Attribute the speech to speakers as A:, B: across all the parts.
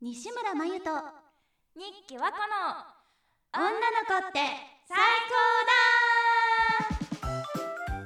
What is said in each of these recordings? A: 西村真由と
B: 日記はこの
A: 女の子って
B: 最高だ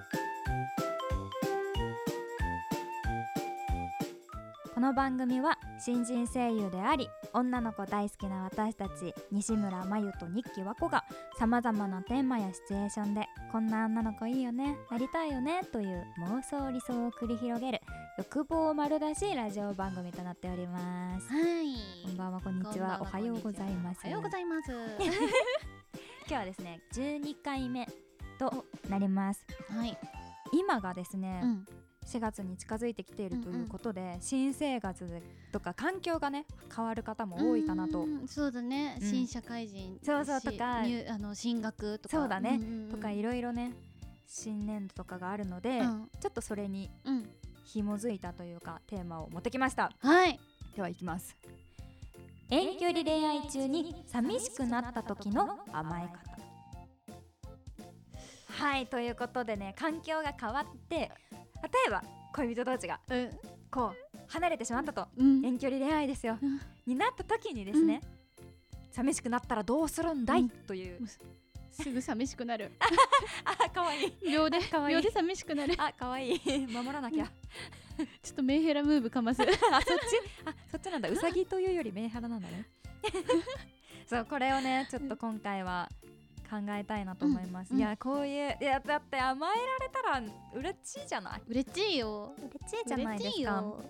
B: この番組は新人声優であり女の子大好きな私たち西村真由と日記和子がさまざまなテーマやシチュエーションでこんな女の子いいよねなりたいよねという妄想理想を繰り広げる欲望丸出しラジオ番組となっております。
A: はい
B: こんばんはこんにちはおはようございます。
A: おはようござい ます
B: 今日はですね12回目となります
A: はい、
B: 今がですね、
A: うん、
B: 4月に近づいてきていると
A: うん
B: いううんことで、新生活とか環境がね変わる方も多いかなと、
A: うんそうだね、
B: うん
A: 新社会人
B: そうそう
A: し
B: とか
A: 入あの進学とか
B: そうだね
A: んん
B: とかいろいろね新年度とかがあるので、
A: うん
B: ちょっとそれに
A: うん
B: 紐づいたというかテーマを持ってきました
A: はい
B: では行きます遠距離恋愛中に寂しくなった時の甘え方はいということでね環境が変わって例えば恋人同士が
A: うん
B: こう離れてしまったと
A: うん
B: 遠距離恋愛ですよ
A: うん
B: になった時にですね、寂しくなったらどうするんだい、
A: うん
B: という
A: すぐ寂しくなる
B: あかわいい
A: 秒で
B: かわいい
A: 秒で寂しく なる
B: あかわいい守らなきゃ
A: ちょっとメンヘラムーブかます
B: あそっちあそっちなんだうさぎというよりメンヘラなんだね そうこれをねちょっと今回は考えたいなと思います、
A: うん
B: いやこういういやだって甘えられたら嬉しいじゃない
A: 嬉しいよ
B: 嬉しいじゃないで
A: 嬉し
B: す
A: い
B: か
A: よ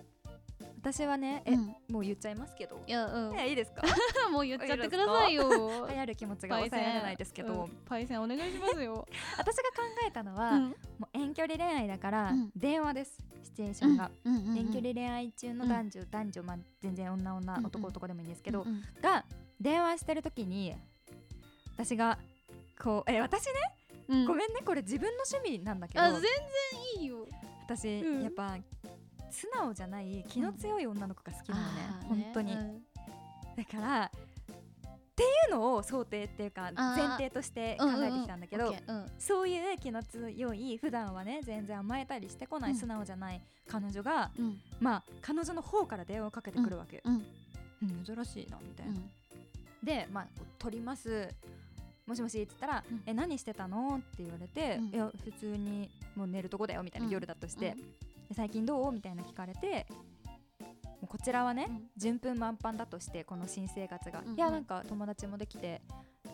B: 私はねえ、
A: うん
B: もう言っちゃいますけど
A: いやうん
B: えいいです か
A: もう言っちゃってくださいよ
B: 流行る気持ちが抑えられないですけど、
A: うんパイセンお願いしますよ
B: 私が考えたのは、
A: うん
B: もう遠距離恋愛だから
A: うん
B: 電話です、シチュエーションが、
A: うんうんうんうん
B: 遠距離恋愛中の男女、男女まあ全然女女、
A: うんうん
B: 男男でもいいんですけど、
A: うんうん
B: が電話してる時に私がこうえ私ね、
A: うん
B: ごめんねこれ自分の趣味なんだけど
A: あ全然いいよ
B: 私、
A: うん
B: やっぱ素直じゃない気の強い女の子が好きなのね、
A: あー
B: 本当に、
A: うん
B: だからっていうのを想定っていうか
A: あー
B: 前提として考えてきたんだけど、
A: オッケーうん
B: そういう気の強い普段はね全然甘えたりしてこな
A: う
B: い
A: ん
B: 素直じゃない彼女が、
A: うん
B: まあ彼女の方から電話をかけてくるわけ、
A: うん
B: うん珍しいなみたいな、
A: うん
B: で、まあ、こう取りますもしもしって言ったら「
A: うん
B: え何してたの?」って言われて
A: う
B: 「
A: ん
B: いや普通にもう寝るとこだよ」みたいな、
A: うん
B: 夜だとして、で最近どう?」みたいな聞かれてもうこちらはね、
A: うん
B: 順風満帆だとしてこの新生活が、
A: うんうん
B: いやなんか友達もできて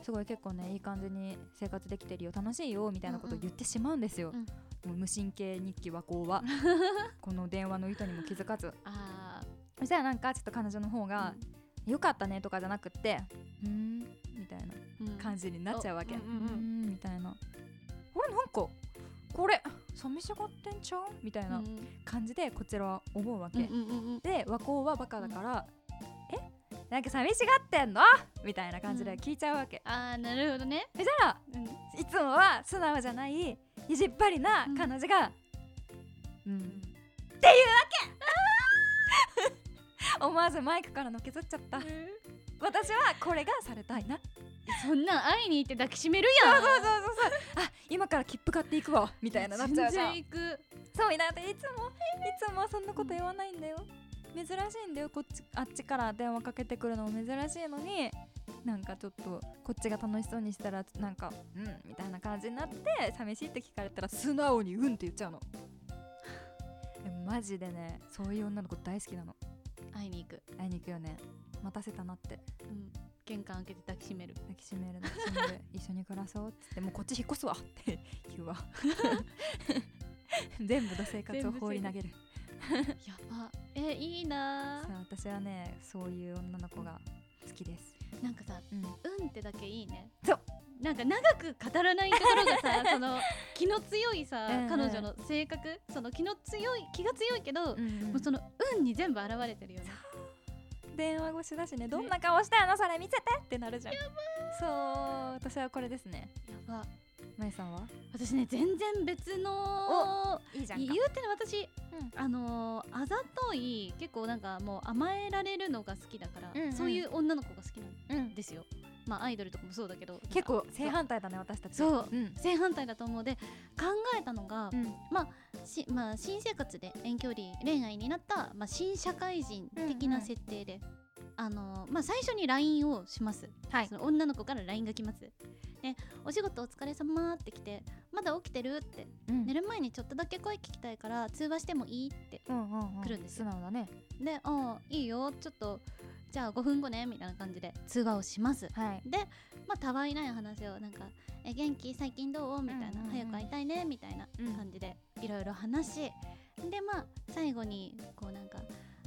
B: すごい結構ねいい感じに生活できてるよ楽しいよみたいなことを言ってしまうんですよ、
A: うん
B: もう無神経日記和光はこの電話の意図にも気づかず
A: あ
B: そしたらなんかちょっと彼女の方
A: ー
B: が「よかったね」とかじゃなくって「うーん」みたいな
A: うん
B: 感じになっちゃうわけ、
A: う
B: うんん
A: うんうんうん
B: んみたいな「あれなんかこれ寂しがってんちゃう?」みたい
A: うんう
B: なん感じでこちらは思うわけ、
A: うんうんうん
B: で和光はバカだから「えなんか寂しがってんの?」みたいな感じで聞いちゃうわけ、
A: あーなるほどね
B: そしたら
A: うん
B: いつもは素直じゃない意地っぱりな
A: うん
B: 彼女が「うん」っていうわけ 思わずマイクからのけずっちゃった私はこれがされたいな
A: そんなん会いに行って抱きしめる
B: そう
A: や
B: そ
A: ん
B: うそうそうそうあ今から切符買っていくわみたいななっちゃうじゃん
A: 全然行く
B: そういなっていつもいつもそんなこと言わないんだよ珍しいんだよこっちあっちから電話かけてくるのも珍しいのになんかちょっとこっちが楽しそうにしたらなんかうんみたいな感じになって寂しいって聞かれたら素直にうんって言っちゃうのでもマジでねそういう女の子大好きなの
A: 会いに行く
B: 会いに行くよね待たせたなって
A: うん玄関開けて抱きしめる
B: 抱きしめる抱きしめる一緒に暮らそうっつってもうこっち引っ越すわって言うわ全部の生活を放り投げる
A: やばえいいな
B: そう私はねそういう女の子が好きです、
A: ーなんかさ
B: うん、
A: うんってだけいいね
B: そう
A: なんか長く語らないところが さその気の強いさ
B: うんうん
A: 彼女の性格その気の強い気が強いけど、もうそ
B: の
A: の運に全部現れてるよね
B: 電話越しだしねどんな顔したのそれ見せてってなるじゃんそう私はこれですね
A: やば
B: まゆさんは
A: 私ね全然別の
B: いいじ
A: 言うてね私、
B: ん
A: あのーあざとい結構なんかもう甘えられるのが好きだから、
B: うんうん
A: そういう女の子が好きなん
B: うん、
A: ですよまあアイドルとかもそうだけど
B: 結構正反対だね私たち
A: そう
B: うん
A: 正反対だと思うで考えたのが、
B: うん
A: しまあ、新生活で遠距離恋愛になった、まあ、新社会人的な設定で、あのまあ、最初に LINE をします、
B: はい
A: その女の子から LINE が来ます、ね、お仕事お疲れ様って来てまだ起きてるって
B: うん
A: 寝る前にちょっとだけ声聞きたいから通話してもいいって
B: うんうんうん
A: 来るんです
B: 素直だね
A: で「ああいいよちょっとじゃあ5分後ね」みたいな感じで通話をします
B: はい
A: でまあたわいない話をなんか「え元気最近どう?」みたいな、
B: うんうんうん
A: 早く会いたいね」みたいな
B: うん
A: 感じでいろいろ話しでまあ最後にこうなんか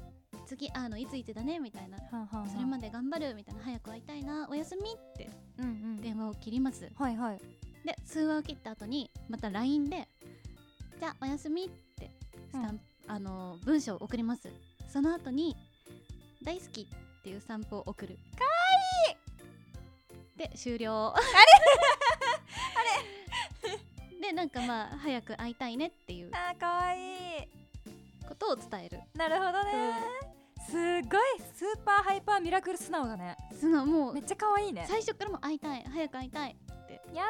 A: 「次会うのいついつだね」みたいな
B: はんはんはん
A: 「それまで頑張る」みたいな「早く会いたいなおやすみ」って
B: うんうん
A: 電話を切ります
B: はいはい
A: で通話を切った後にまた LINE で「じゃあおやすみ」ってスタンプ、あの文章を送りますその後に「大好き」っていうスタンプを送るかわいいで終了あれあれでなんかまあ早く会いたいねっていう
B: あーかわいい
A: ことを伝える
B: なるほどねすごいスーパーハイパーミラクル素直だね
A: そのもう
B: めっちゃかわいいね
A: 最初からもう会いたい早く会いたい
B: や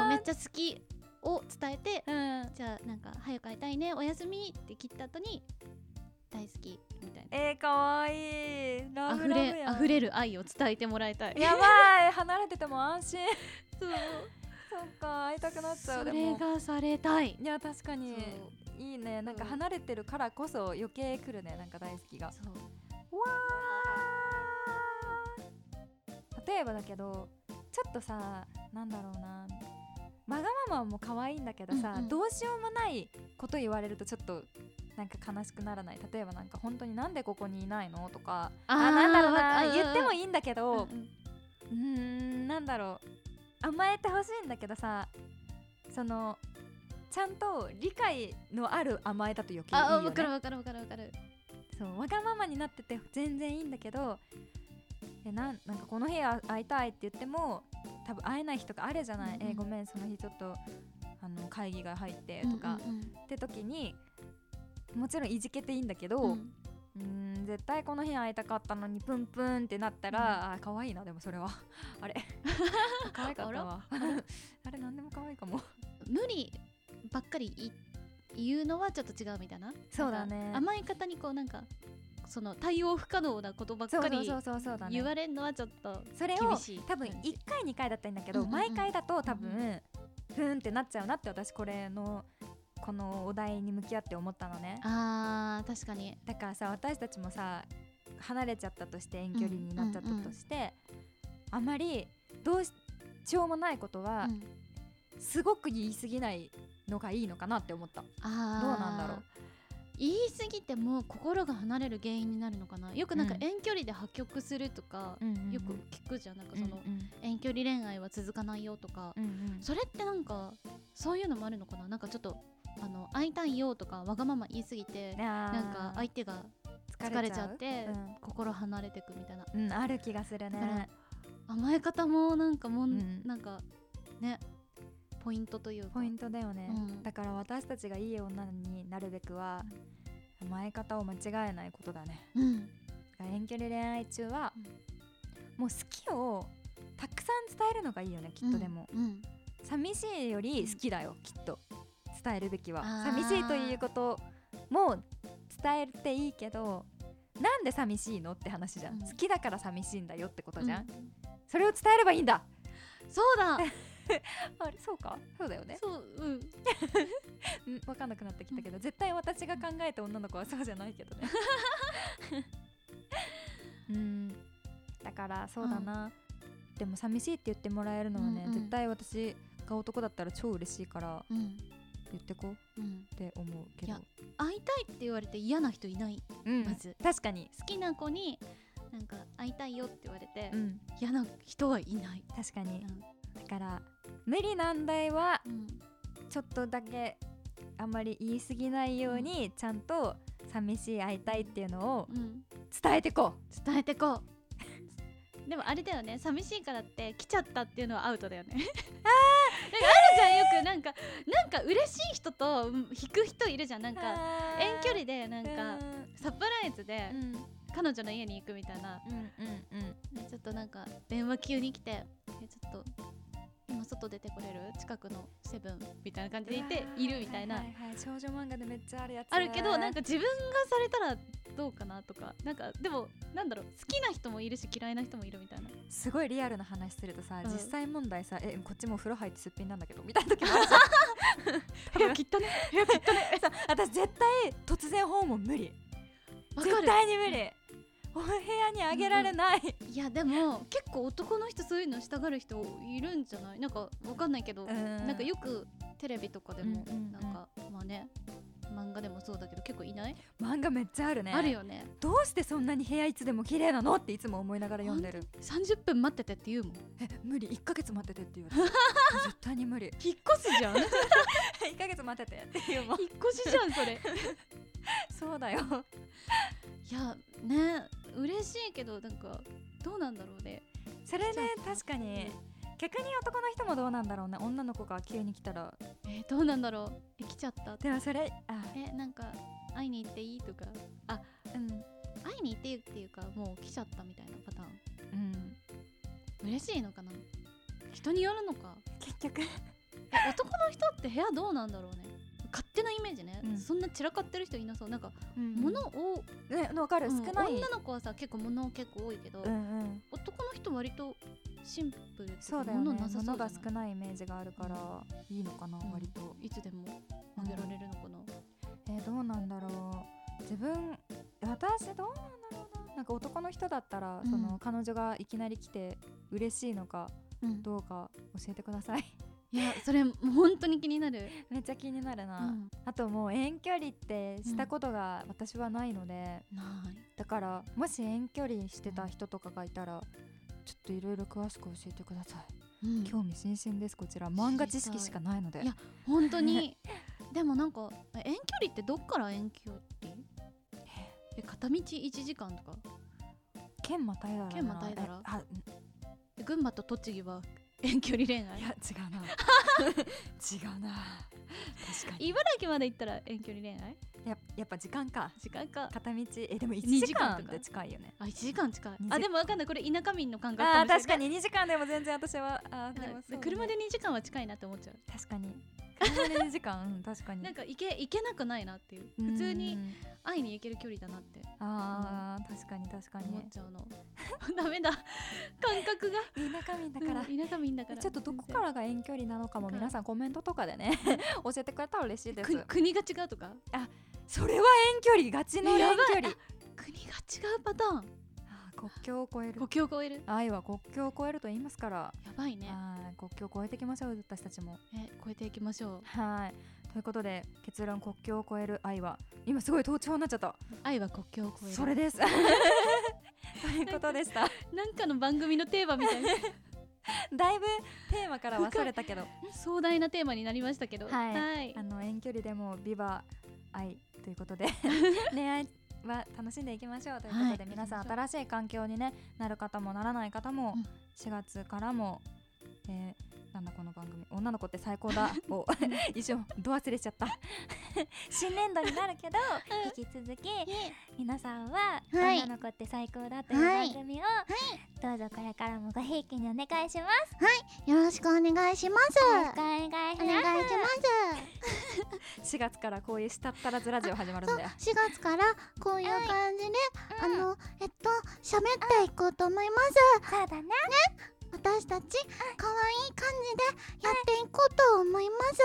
A: もうめ
B: だ
A: っちゃ好きを伝えて
B: ーうん
A: じゃあなんか早く会いたいねおやすみって切った後に大好きみたいな
B: えー、かわいいラ
A: あ
B: ブ
A: ふ
B: ラブ
A: れ
B: や
A: あ
B: ん
A: ふれる愛を伝えてもらいたい
B: やばい離れてても安心
A: そう
B: そっか会いたくなっちゃう
A: そ
B: で
A: れ
B: も
A: がされたい
B: いや確か
A: そう
B: にいいねなんか
A: うん
B: 離れてるからこそ余計来るねなんか大好きが
A: そう
B: わー例えばだけどちょっとさなんだろうなわがままも可愛いんだけどさ、
A: うんうん
B: どうしようもないこと言われるとちょっとなんか悲しくならない例えばなんか本当になんでここにいないのとか
A: あ
B: あ
A: ー
B: なんだろう
A: わか
B: な
A: る
B: 言ってもいいんだけ
A: うん
B: ど
A: うん
B: うーんなんだろう甘えてほしいんだけどさそのちゃんと理解のある甘えだと余計いい
A: あ
B: よ
A: わ
B: ね
A: かるわかるわかるわかる
B: そうわがままになってて全然いいんだけどえなんなんかこの日あ会いたいって言っても多分会えない日とかあるじゃない、
A: うんうん
B: えごめんその日ちょっとあの会議が入ってとか、
A: うんうん
B: って時にもちろんいじけていいんだけど、
A: うん
B: うーん絶対この日会いたかったのにプンプンってなったら、あー可愛いなでもそれはあれ可愛かったわ あれ何でも可愛い かも
A: 無理ばっかりい言うのはちょっと違うみたいな
B: そうだね
A: なんか甘い方にこうなんかその対応不可能なことばっ
B: そう
A: か
B: そう
A: り
B: そうそうそうだね
A: 言われるのはちょっと
B: それを
A: 厳しい
B: 多分
A: 感じ
B: 1回2回だったらいいんだけど、
A: うんうんうん
B: 毎回だと多分、
A: うん
B: ふーんってなっちゃうなって私これのこのお題に向き合って思ったのね
A: あー確かに
B: だからさ私たちもさ離れちゃったとして遠距離になっちゃったとして、あまりどうしようもないことは、
A: うん
B: すごく言い過ぎないのがいいのかなって思った
A: あー
B: どうなんだろう
A: 言い過ぎても心が離れる原因になるのかなよくなんか
B: うん
A: 遠距離で破局するとか、よく聞くじゃんなんかその
B: うん
A: 遠距離恋愛は続かないよとか、
B: うんうん
A: それってなんかそういうのもあるのかななんかちょっとあの会いたいよとかわがまま言いすぎてなんか相手が疲れちゃっ、
B: あ
A: て
B: ーうん
A: 心離れてくみたいな
B: うん、ある気がする
A: だから
B: ね
A: 甘え方もなんかもん、
B: うん
A: なんかねポイントというか
B: ポイントだよね、
A: うん
B: だから私たちがいい女になるべくは甘え方を間違えないことだね
A: うん
B: だから遠距離恋愛中は、
A: うん
B: もう好きをたくさん伝えるのがいいよねきっとでも、
A: うん
B: 寂しいより好きだよきっと伝えるべきは
A: あー
B: 寂しいということも伝えていいけどなんで寂しいのって話じゃん、
A: うん
B: 好きだから寂しいんだよってことじゃん、
A: うん
B: それを伝えればいいんだ
A: そうだ
B: あれそうかそうだよね
A: そううん
B: うん分かんなくなってきたけど、絶対私が考えた女の子はそうじゃないけどねうんだからそうだな、でも寂しいって言ってもらえるのはね、
A: うんうん
B: 絶対私が男だったら超嬉しいから
A: うん
B: 言ってこう
A: うん
B: って思うけど
A: いや会いたいって言われて嫌な人いない
B: うん
A: まず
B: 確かに
A: 好きな子になんか会いたいよって言われて、
B: うん
A: 嫌な人はいない、
B: 確か
A: う
B: に
A: ん
B: だから無理難題は
A: うん
B: ちょっとだけあんまり言い過ぎないように、ちゃんと寂しい会いたいっていうのを
A: うん
B: 伝えてこ
A: 伝えてこう でもあれだよね寂しいからって来ちゃったっていうのはアウトだよね なんかあるじゃんよくなんかなんか嬉しい人とうん引く人いるじゃんなん
B: う
A: か遠距離でなんかサプライズで
B: うん
A: 彼女の家に行くみたいな
B: うんうんうん
A: でちょっとなんか電話急に来てえちょっと今外出てこれる近くのセブンみたいな感じでいているみたい
B: は
A: な
B: はいはい少女漫画でめっちゃあるやつ
A: あるけどなんか自分がされたらどうかなとかなんかでもなんだろう好きな人もいるし嫌いな人もいるみたいな
B: すごいリアルな話するとさ、
A: うん
B: 実際問題さえこっちもう風呂入ってすっぴんなんだけどみたいな時もあるじ
A: 部屋切ったね部屋切ったね
B: ゃんさ 私絶対突然訪問無理
A: わか
B: 絶
A: る
B: 対に無理お部屋にあげられない、
A: いやでも結構男の人そういうのしたがる人いるんじゃないなんかわかんないけどな
B: なん
A: かよくテレビとかでも
B: うんうんうん
A: なんかまあね漫画でもそうだけど結構いない
B: 漫画めっちゃあるね
A: あるよね
B: どうしてそんなに部屋いつでも綺麗なのっていつも思いながら読んでる
A: 30分待っててって言うもん
B: え無理1ヶ月待っててって言 われて絶対に無理
A: 引っ越 すじゃん引っ
B: 1ヶ月待っててって言うもん
A: 越しじゃんそれ
B: そうだよ
A: いやね嬉しいけどなんかどうなんだろうね
B: それね
A: そう
B: 確かに逆に男の人もどうなんだろうね女の子が急に来たら
A: えーどうなんだろうえ来ちゃった
B: でもそれあ
A: えなんか会いに行っていいとか
B: うん
A: 会いに行っていいっていうかもう来ちゃったみたいなパター
B: うん
A: ン嬉しいのかな人によるのか
B: 結局
A: え男の人って部屋どうなんだろうね勝手なイメージね、
B: うん
A: そんな散らかってる人いなそうなんか
B: 物
A: 物を、
B: ねわかる
A: うん
B: 少ない
A: 女の子はさ結構物結構多いけど、
B: うんうん
A: 男の人割とシンプルっていか
B: そうだよね
A: 物なさそうじゃ
B: 物
A: な
B: が
A: い
B: 少ないイメージがあるからいいのかな
A: うん
B: 割と
A: いつでもあげられるのかな、
B: えーどうなんだろう自分私どうなんだろうななんか男の人だったら、
A: うん
B: その彼女がいきなり来て嬉しいのか
A: うん
B: どうか教えてください
A: いやそれもう本当に気になる、
B: めっちゃ気になるな、
A: うん
B: あともう遠距離ってしたことが私はないので、
A: ない
B: だからもし遠距離してた人とかがいたらちょっといろいろ詳しく教えてください、
A: うん
B: 興味津々ですこちら漫画知識しかないので
A: いや本当にでもなんかえ遠距離ってどっから遠距離え片道1時間とか
B: 県またいだら
A: 県またいだら
B: えあ
A: え群馬と栃木は 遠距離恋愛
B: いや違うな 違うな確かに
A: 茨城まで行ったら遠距離恋愛
B: ややっぱ時間か
A: 時間か
B: 片道えでも1
A: 二
B: 時
A: 時間
B: 間
A: と
B: っ
A: か
B: て近いよね
A: あ1時間近い
B: 二時
A: あ
B: 間
A: でもわかんないこれ田舎民の感覚
B: あ
A: か
B: あ
A: も
B: 確
A: し
B: か
A: れない
B: に2時間でも全然私はあーで
A: うん
B: もそうだね
A: 車で2時間は近いなって思っちゃう
B: 確かに車で2時間うん確か に
A: なんか行け行けなくないなっていう普通
B: う
A: に
B: ん
A: 会いに行ける距離だなって
B: あー確かに確かに
A: 思っちゃうの ダメだ感覚が
B: 田舎民だから、
A: うん田舎民だから
B: ちょっとどこからが遠距離なのかも
A: 全然
B: 皆さんコメントとかでね 教えてくれたら嬉しいで
A: く
B: す
A: 国が違うとか
B: それは遠距離ガチの
A: え
B: 遠
A: やばい
B: 距離
A: 国が違うパターン
B: あー国境を越える
A: 国境を越える
B: 愛は国境を越えると言いますから
A: やばいね
B: はい国境を越えていきましょう私たちも
A: え超えていきましょう
B: はいということで結論国境を越える愛は今すごい盗聴になっちゃった
A: 愛は国境を越える
B: そ れですということでした
A: なんかの番組のテーマみたいな
B: だいぶテーマからはそれたけど
A: 壮大なテーマになりましたけど
B: はい
A: はい
B: あの遠距離でもビバ愛というこ とで恋愛は楽しんでいきましょうということで、
A: はい
B: 皆さ
A: 行
B: ん
A: きまし
B: 新しい環境に、ね、なる方もならない方も
A: うん
B: 4月からも、えーなんだこの番組「女の子って最 高だ」を一緒ど忘れしちゃった新年度になるけど引き続き皆さんは「
C: はい
B: 女の子って最高だ」という
C: はい
B: 番組を、どうぞこれからもごひいきにお願いしま
C: よろしくお願いします。
B: す。お願い
C: お願いし
B: ます4月からこういうしたったらずラジオ始まる んだよ。
C: ます。4月からこういう感じで、あの、えっと、喋っていこうと思います。
B: そうだね
C: 私たち、可愛い感じでやっていこうと思います。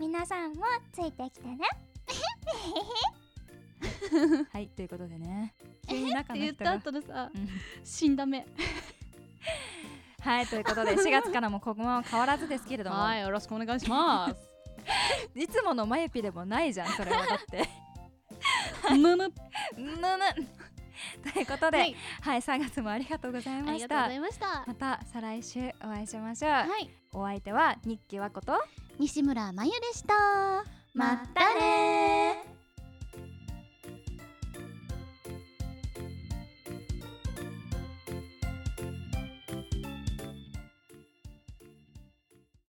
B: 皆さんもついてきてね。はい、ということでね。急に中
A: って
B: の
A: 言っ
B: 人
A: た
B: が。
A: 後のさ
B: うん
A: 死んだ目
B: はい、ということで、4月からもここは変わらずですけれども、
A: はいよろしくお願いします
B: いつものまゆぴでもないじゃん、それはだって。
A: むむ
B: むむ。 ということで、
A: は
B: はい
A: い、
B: 3月もありがとうござい
A: あ
B: ま
A: り
B: し
A: がとうご
B: た
A: ざ。いました
B: また再来週お会いしましょう。
A: はい
B: お相手は日記和子と
C: 西村まゆでした。
B: またねー。